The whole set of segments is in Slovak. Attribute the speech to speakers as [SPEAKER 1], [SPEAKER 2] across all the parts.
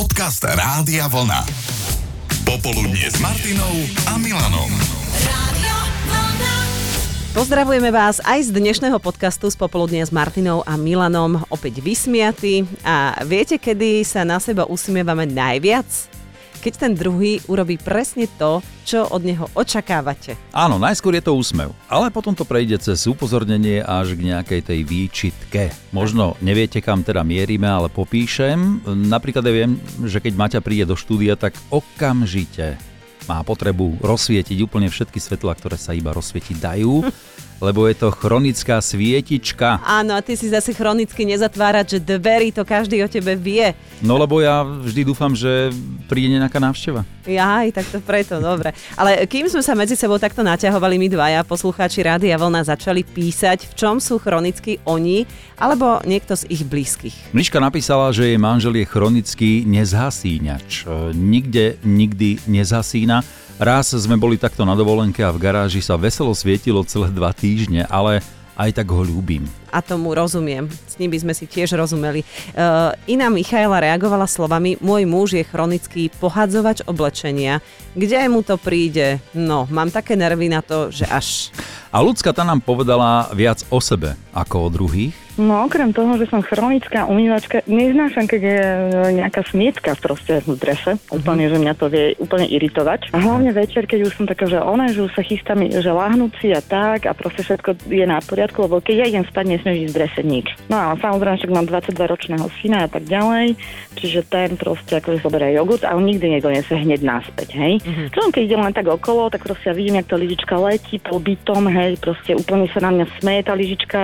[SPEAKER 1] Podcast Rádia Vlna. Popoludnie s Martinou a Milanom.
[SPEAKER 2] Radio Vlna.
[SPEAKER 3] Pozdravujeme vás aj z dnešného podcastu z popoludnia s Martinou a Milanom, opäť vysmiatí. A viete, kedy sa na seba usmievame najviac? Keď ten druhý urobí presne to, čo od neho očakávate.
[SPEAKER 4] Áno, najskôr je to úsmev, ale potom to prejde cez upozornenie až k nejakej tej výčitke. Možno neviete, kam teda mierime, ale popíšem. Napríklad ja viem, že keď Maťa príde do štúdia, tak okamžite má potrebu rozsvietiť úplne všetky svetlá, ktoré sa iba rozsvietiť dajú, lebo je to chronická svietička.
[SPEAKER 3] Áno, a ty si zase chronicky nezatvárať, že dverí, to každý o tebe vie.
[SPEAKER 4] No lebo ja vždy dúfam, že príde nejaká návšteva.
[SPEAKER 3] Jaj, tak to preto, dobre. Ale kým sme sa medzi sebou takto naťahovali my dvaja, poslucháči Rádia Vlna začali písať, v čom sú chronicky oni, alebo niekto z ich blízkych.
[SPEAKER 4] Mliška napísala, že jej manžel je chronický nezhasínač. E, Nikde, nikdy nezhasína. Raz sme boli takto na dovolenke a v garáži sa veselo svietilo celé dva týždne, ale aj tak ho ľúbim.
[SPEAKER 3] a tomu rozumiem. S ním by sme si tiež rozumeli. E, iná Michaela reagovala slovami Môj muž je chronický pohádzovač oblečenia. Kde mu to príde? No, mám také nervy na to, že až.
[SPEAKER 4] A ľudská tá nám povedala viac o sebe ako o druhých.
[SPEAKER 5] No okrem toho, že som chronická umývačka, neznášam, keď je e, nejaká smietka proste v drese. Úplne, že mňa to vie úplne iritovať. A hlavne večer, keď už som taká, že ona, že už sa chystá mi, že lahnúť si a tak a proste všetko je na poriadku, lebo keď ja idem spať, nesmieš ísť v drese nič. No a samozrejme, však mám 22-ročného syna a tak ďalej, čiže ten proste akože zoberie jogurt a on nikdy nedonese hneď naspäť, hej.
[SPEAKER 4] Mhm.
[SPEAKER 5] Mm-hmm. Čo on, keď idem len tak okolo, tak proste ja vidím, jak tá lyžička letí po bytom, hej, proste úplne sa na mňa smeje tá lyžička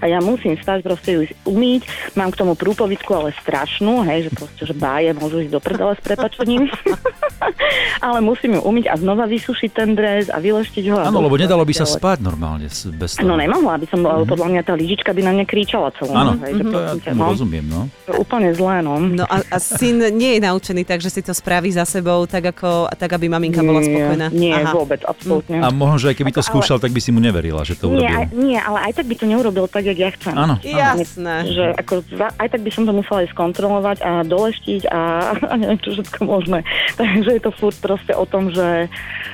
[SPEAKER 5] a ja musím stať, proste ju ísť umyť. Mám k tomu prúpovisku, ale strašnú, hej, že proste, že báje, môžu ísť do prdele s prepačením. ale musím ju umyť a znova vysušiť ten dres a vyleštiť ho. a
[SPEAKER 4] Áno, lebo
[SPEAKER 5] proste
[SPEAKER 4] nedalo by sa
[SPEAKER 5] ďalej.
[SPEAKER 4] spať normálne s- bez toho.
[SPEAKER 5] No nemohla by som, mm-hmm. podľa mňa tá lyžička by na mňa kričala celú.
[SPEAKER 4] Áno, Mhm.
[SPEAKER 5] hej, že
[SPEAKER 4] to ja
[SPEAKER 5] prosím ťa,
[SPEAKER 4] tomu
[SPEAKER 5] no,
[SPEAKER 4] rozumiem, no.
[SPEAKER 5] to je úplne zlé, no.
[SPEAKER 3] No a, a syn nie je naučený tak, že si to spraví za sebou, tak, ako, tak aby maminka bola spokojná.
[SPEAKER 5] Nie, nie vôbec, absolútne.
[SPEAKER 4] A možno, že aj keby to skúšal, tak by si mu neverila, že to
[SPEAKER 5] nie,
[SPEAKER 4] urobil.
[SPEAKER 5] aj, nie, ale aj tak by to neurobil tak, jak ja chcem.
[SPEAKER 4] Áno, áno.
[SPEAKER 3] Jasné.
[SPEAKER 5] Že ako, za- aj tak by som to musela aj skontrolovať a doleštiť a, a neviem čo všetko možné. Takže je to furt proste o tom, že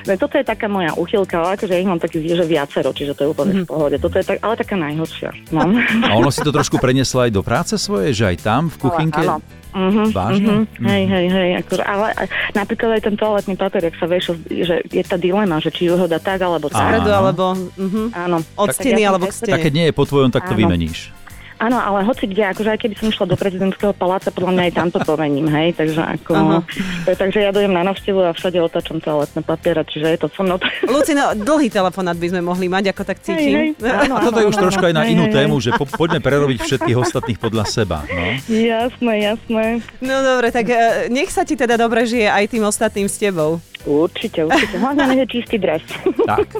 [SPEAKER 5] no, toto je taká moja uchylka, ale akože ja ich mám takých že viacero, čiže to je úplne
[SPEAKER 3] Mhm.
[SPEAKER 5] v pohode. Toto je tak, ale taká najhoršia. No.
[SPEAKER 4] A ono si to trošku preniesla aj do práce svoje, že aj tam v kuchynke.
[SPEAKER 5] Áno. Mhm,
[SPEAKER 4] Vážne?
[SPEAKER 5] mhm. Hej, hej, hej. Akože, ale a- napríklad aj ten toaletný papier, ak sa vieš, že je tá dilema, že či ju ho dá tak alebo tak.
[SPEAKER 3] Predu
[SPEAKER 4] áno.
[SPEAKER 3] alebo... Uh-huh.
[SPEAKER 5] Áno.
[SPEAKER 3] Od
[SPEAKER 5] Tak
[SPEAKER 3] steny
[SPEAKER 5] ja som
[SPEAKER 3] alebo k
[SPEAKER 5] presvedčená,
[SPEAKER 3] stene.
[SPEAKER 4] Tak keď nie je po tvojom, tak to
[SPEAKER 5] Áno.
[SPEAKER 4] vymeníš.
[SPEAKER 5] Áno, ale hoci kde, akože aj keby som išla do prezidentského paláca, podľa mňa aj tam to pomením, hej, takže ako...
[SPEAKER 3] Aha.
[SPEAKER 5] To je tak, že ja dojem na návštevu a všade otáčam toaletné papiere, čiže je to so mnou...
[SPEAKER 3] Lucino, dlhý telefonát by sme mohli mať, ako tak cítim. No,
[SPEAKER 4] A toto je už trošku aj na
[SPEAKER 5] Hej,
[SPEAKER 4] inú
[SPEAKER 5] hej,
[SPEAKER 4] tému, že po, poďme prerobiť všetkých ostatných podľa seba. No.
[SPEAKER 5] hej. Jasné, jasné.
[SPEAKER 3] No dobre, tak eh, nech sa ti teda dobre žije aj tým ostatným s tebou.
[SPEAKER 5] Určite, určite. Hlavne nech je čistý dres.
[SPEAKER 4] Tak.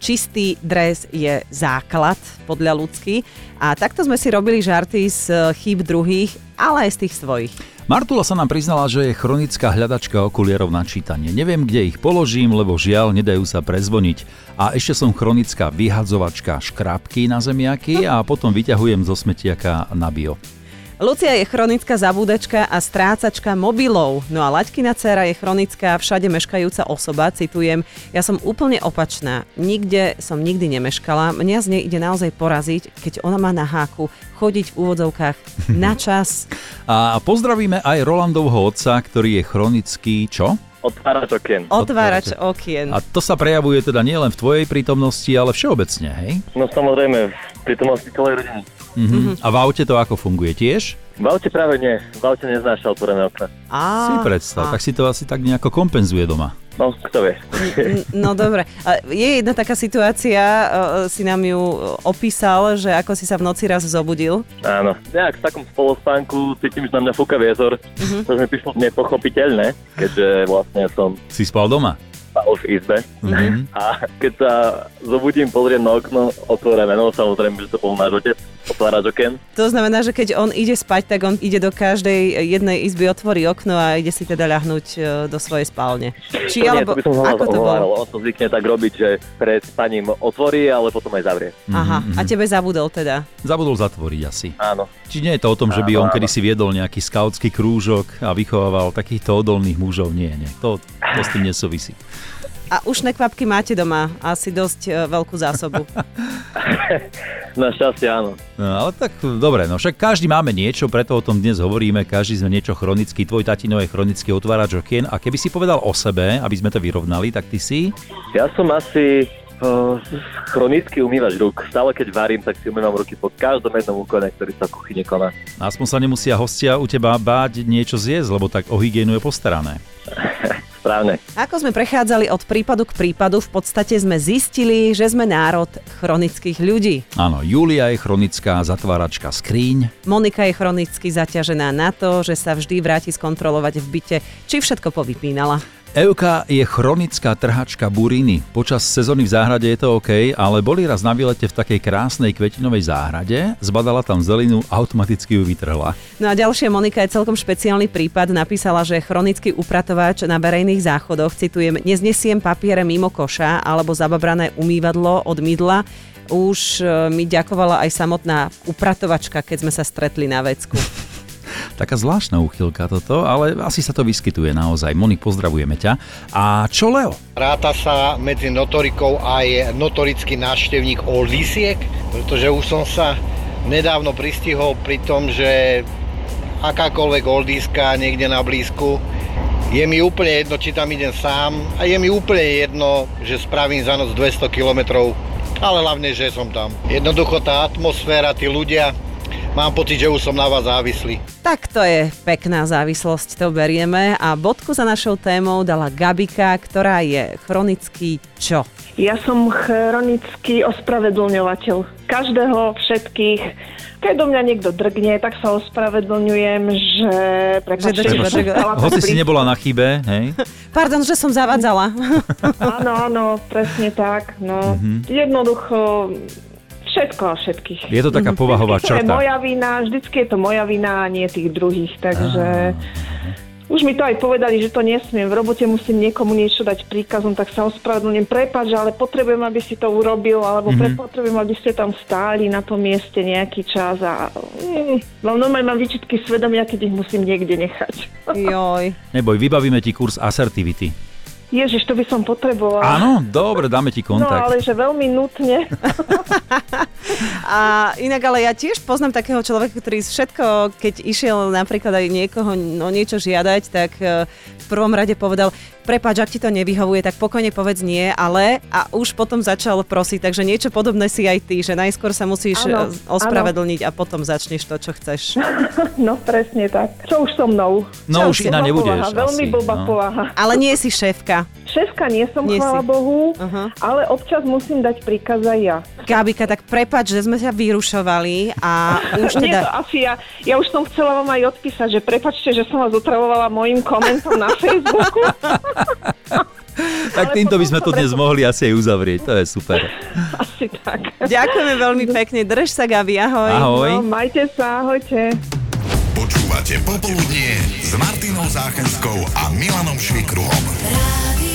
[SPEAKER 3] čistý dres je základ podľa ľudský a takto sme si robili žarty z e, chýb druhých, ale aj z tých svojich.
[SPEAKER 4] Martula sa nám priznala, že je chronická hľadačka okulierov na čítanie. Neviem, kde ich položím, lebo žiaľ, nedajú sa prezvoniť. A ešte som chronická vyhadzovačka škrabky na zemiaky a potom vyťahujem zo smetiaka na bio.
[SPEAKER 3] Lucia je chronická zabúdačka a strácačka mobilov, no a Laďkina dcéra je chronická všade meškajúca osoba, citujem, ja som úplne opačná, nikde som nikdy nemeškala, mňa z nej ide naozaj poraziť, keď ona má na háku chodiť v úvodzovkách na čas.
[SPEAKER 4] A pozdravíme aj Rolandovho otca, ktorý je chronický čo?
[SPEAKER 6] Otvárač okien.
[SPEAKER 3] Otvárač okien.
[SPEAKER 4] A to sa prejavuje teda nielen v tvojej prítomnosti, ale všeobecne, hej?
[SPEAKER 6] No samozrejme, v prítomnosti celej rodiny.
[SPEAKER 4] Mhm. A v aute to ako funguje tiež?
[SPEAKER 6] V aute práve nie. V aute neznáša otvorené okna.
[SPEAKER 3] A,
[SPEAKER 4] Si predstav, tak si to asi tak nejako kompenzuje doma.
[SPEAKER 6] No, kto vie.
[SPEAKER 3] N- No dobre. A Je jedna taká situácia, e, si nám ju opísal, že ako si sa v noci raz zobudil.
[SPEAKER 6] Áno. Nejak v takom spolospánku cítim, že na mňa fúka vietor,
[SPEAKER 3] Mhm.
[SPEAKER 6] mm-hmm. čo mi prišlo nepochopiteľné, keďže vlastne som
[SPEAKER 4] Si spal doma?
[SPEAKER 6] spal v izbe.
[SPEAKER 4] Mhm.
[SPEAKER 6] A keď sa zobudím, pozriem na okno, otvorené, no samozrejme, že to bol náš otec. otvárač oken.
[SPEAKER 3] To znamená, že keď on ide spať, tak on ide do každej jednej izby, otvorí okno a ide si teda ľahnúť e, do svojej spálne. Či
[SPEAKER 6] To nie,
[SPEAKER 3] alebo...
[SPEAKER 6] to by som ho
[SPEAKER 3] ako to bolo?
[SPEAKER 6] ohováral. On to zvykne tak robiť, že pred spaním otvorí, ale potom aj zavrie.
[SPEAKER 3] Aha, a tebe zabudol teda.
[SPEAKER 4] Zabudol zatvoriť asi.
[SPEAKER 6] Áno.
[SPEAKER 4] Či nie je to o tom, že by
[SPEAKER 6] Áno,
[SPEAKER 4] on
[SPEAKER 6] áno.
[SPEAKER 4] kedysi viedol nejaký skautský krúžok a vychovával takýchto odolných mužov? Nie, nie. To, to s tým nesúvisí.
[SPEAKER 3] A už nekvapky máte doma, asi dosť e, veľkú zásobu.
[SPEAKER 6] Na šťastie áno.
[SPEAKER 4] No, ale tak dobre, no však každý máme niečo, preto o tom dnes hovoríme, každý sme niečo chronický, tvoj tatino je chronický otvárač okien a keby si povedal o sebe, aby sme to vyrovnali, tak ty si...
[SPEAKER 6] Ja som asi eh, chronický umývač rúk. Stále keď varím, tak si umývam ruky po každom jednom úkone, ktorý sa v kuchyni koná.
[SPEAKER 4] Aspoň sa nemusia hostia u teba báť niečo zjesť, lebo tak o hygienu je postarané.
[SPEAKER 6] Správne.
[SPEAKER 3] Ako sme prechádzali od prípadu k prípadu, v podstate sme zistili, že sme národ chronických ľudí.
[SPEAKER 4] Áno, Julia je chronická zatváračka skríň,
[SPEAKER 3] Monika je chronicky zaťažená na to, že sa vždy vráti skontrolovať v byte, či všetko povypínala.
[SPEAKER 4] Euka je chronická trhačka buriny. Počas sezóny v záhrade je to OK, ale boli raz na výlete v takej krásnej kvetinovej záhrade, zbadala tam zelinu, automaticky ju vytrhla.
[SPEAKER 3] No a ďalšia Monika je celkom špeciálny prípad. Napísala, že chronický upratovač na verejných záchodoch, citujem, neznesiem papiere mimo koša alebo zababrané umývadlo od mydla. Už e, mi ďakovala aj samotná upratovačka, keď sme sa stretli na vecku.
[SPEAKER 4] Taká zvláštna úchylka toto, ale asi sa to vyskytuje naozaj. Monik, pozdravujeme ťa. A čo Leo?
[SPEAKER 7] Ráta sa medzi notorikou aj notorický návštevník o lisiek, pretože už som sa nedávno pristihol pri tom, že akákoľvek oldiska niekde na blízku, je mi úplne jedno, či tam idem sám a je mi úplne jedno, že spravím za noc 200 km, ale hlavne, že som tam. Jednoducho tá atmosféra, tí ľudia, mám pocit, že už som na vás závislý.
[SPEAKER 3] Tak to je pekná závislosť, to berieme. A bodku za našou témou dala Gabika, ktorá je chronický čo?
[SPEAKER 5] Ja som chronický ospravedlňovateľ. Každého, všetkých. Keď do mňa niekto drgne, tak sa ospravedlňujem, že...
[SPEAKER 3] Že do
[SPEAKER 5] Prepačte,
[SPEAKER 3] teba
[SPEAKER 5] že som
[SPEAKER 3] drgne.
[SPEAKER 5] stala tak
[SPEAKER 4] Hoci si
[SPEAKER 5] blízko.
[SPEAKER 4] nebola na chybe, hej?
[SPEAKER 3] Pardon, že som zavadzala.
[SPEAKER 5] Áno, áno, presne tak. No. Jednoducho všetko a všetkých.
[SPEAKER 4] Mhm. Je to taká povahová
[SPEAKER 5] Vždycky Mhm. to je
[SPEAKER 4] črta.
[SPEAKER 5] moja vina, vždycky je to moja vina a nie tých druhých, takže... Už mi to aj povedali, že to nesmiem. V robote musím niekomu niečo dať príkazom, tak sa ospravedlňujem. Prepač, ale potrebujem, aby si to urobil,
[SPEAKER 4] Mhm.
[SPEAKER 5] alebo mm-hmm. potrebujem, aby ste tam stáli na tom mieste nejaký čas. A... Mm, no, normálne mám výčitky svedomia, keď ich musím niekde nechať.
[SPEAKER 3] Joj.
[SPEAKER 4] Neboj, vybavíme ti kurz asertivity.
[SPEAKER 5] Ježiš, to by som potrebovala.
[SPEAKER 4] Áno, dobre, dáme ti
[SPEAKER 5] No
[SPEAKER 4] kontakt.
[SPEAKER 5] ale že veľmi nutne.
[SPEAKER 3] A inak, ale ja tiež poznám takého človeka, ktorý všetko, keď išiel napríklad aj niekoho o niečo žiadať, tak e, v prvom rade povedal, prepáč, ak ti to nevyhovuje, tak pokojne povedz nie, ale a už potom začal prosiť, takže niečo podobné si aj ty, že najskôr sa musíš
[SPEAKER 5] Áno,
[SPEAKER 3] e, ospravedlniť a potom začneš to, čo chceš.
[SPEAKER 5] No presne tak. Čo už so mnou?
[SPEAKER 4] No, už
[SPEAKER 5] Čo blbá
[SPEAKER 4] iná nebudeš
[SPEAKER 5] Povaha, veľmi
[SPEAKER 4] asi,
[SPEAKER 5] blbá
[SPEAKER 4] no.
[SPEAKER 5] povaha.
[SPEAKER 3] Ale nie si šéfka.
[SPEAKER 5] Šéfka nie som,
[SPEAKER 3] Nie si.
[SPEAKER 5] chvála Bohu,
[SPEAKER 3] Aha.
[SPEAKER 5] ale občas musím dať príkaz aj ja.
[SPEAKER 3] Gabika, tak prepač, že sme sa vyrušovali a už
[SPEAKER 5] Nie, to
[SPEAKER 3] teda...
[SPEAKER 5] asi ja, ja už som chcela vám aj odpísať, že prepačte, že som vás otravovala mojim komentom na Facebooku.
[SPEAKER 4] Tak
[SPEAKER 5] ale
[SPEAKER 4] týmto by
[SPEAKER 5] potom
[SPEAKER 4] sme
[SPEAKER 5] sa
[SPEAKER 4] to dnes
[SPEAKER 5] preto-
[SPEAKER 4] mohli asi aj uzavrieť, to je super.
[SPEAKER 5] asi tak.
[SPEAKER 3] Ďakujeme veľmi pekne, drž sa Gabi, ahoj.
[SPEAKER 5] No,
[SPEAKER 4] Ahoj.
[SPEAKER 5] majte sa, ahojte.
[SPEAKER 1] Počúvate Popoludnie s Martinou Záchenskou a Milanom Švikruhom.
[SPEAKER 2] Radio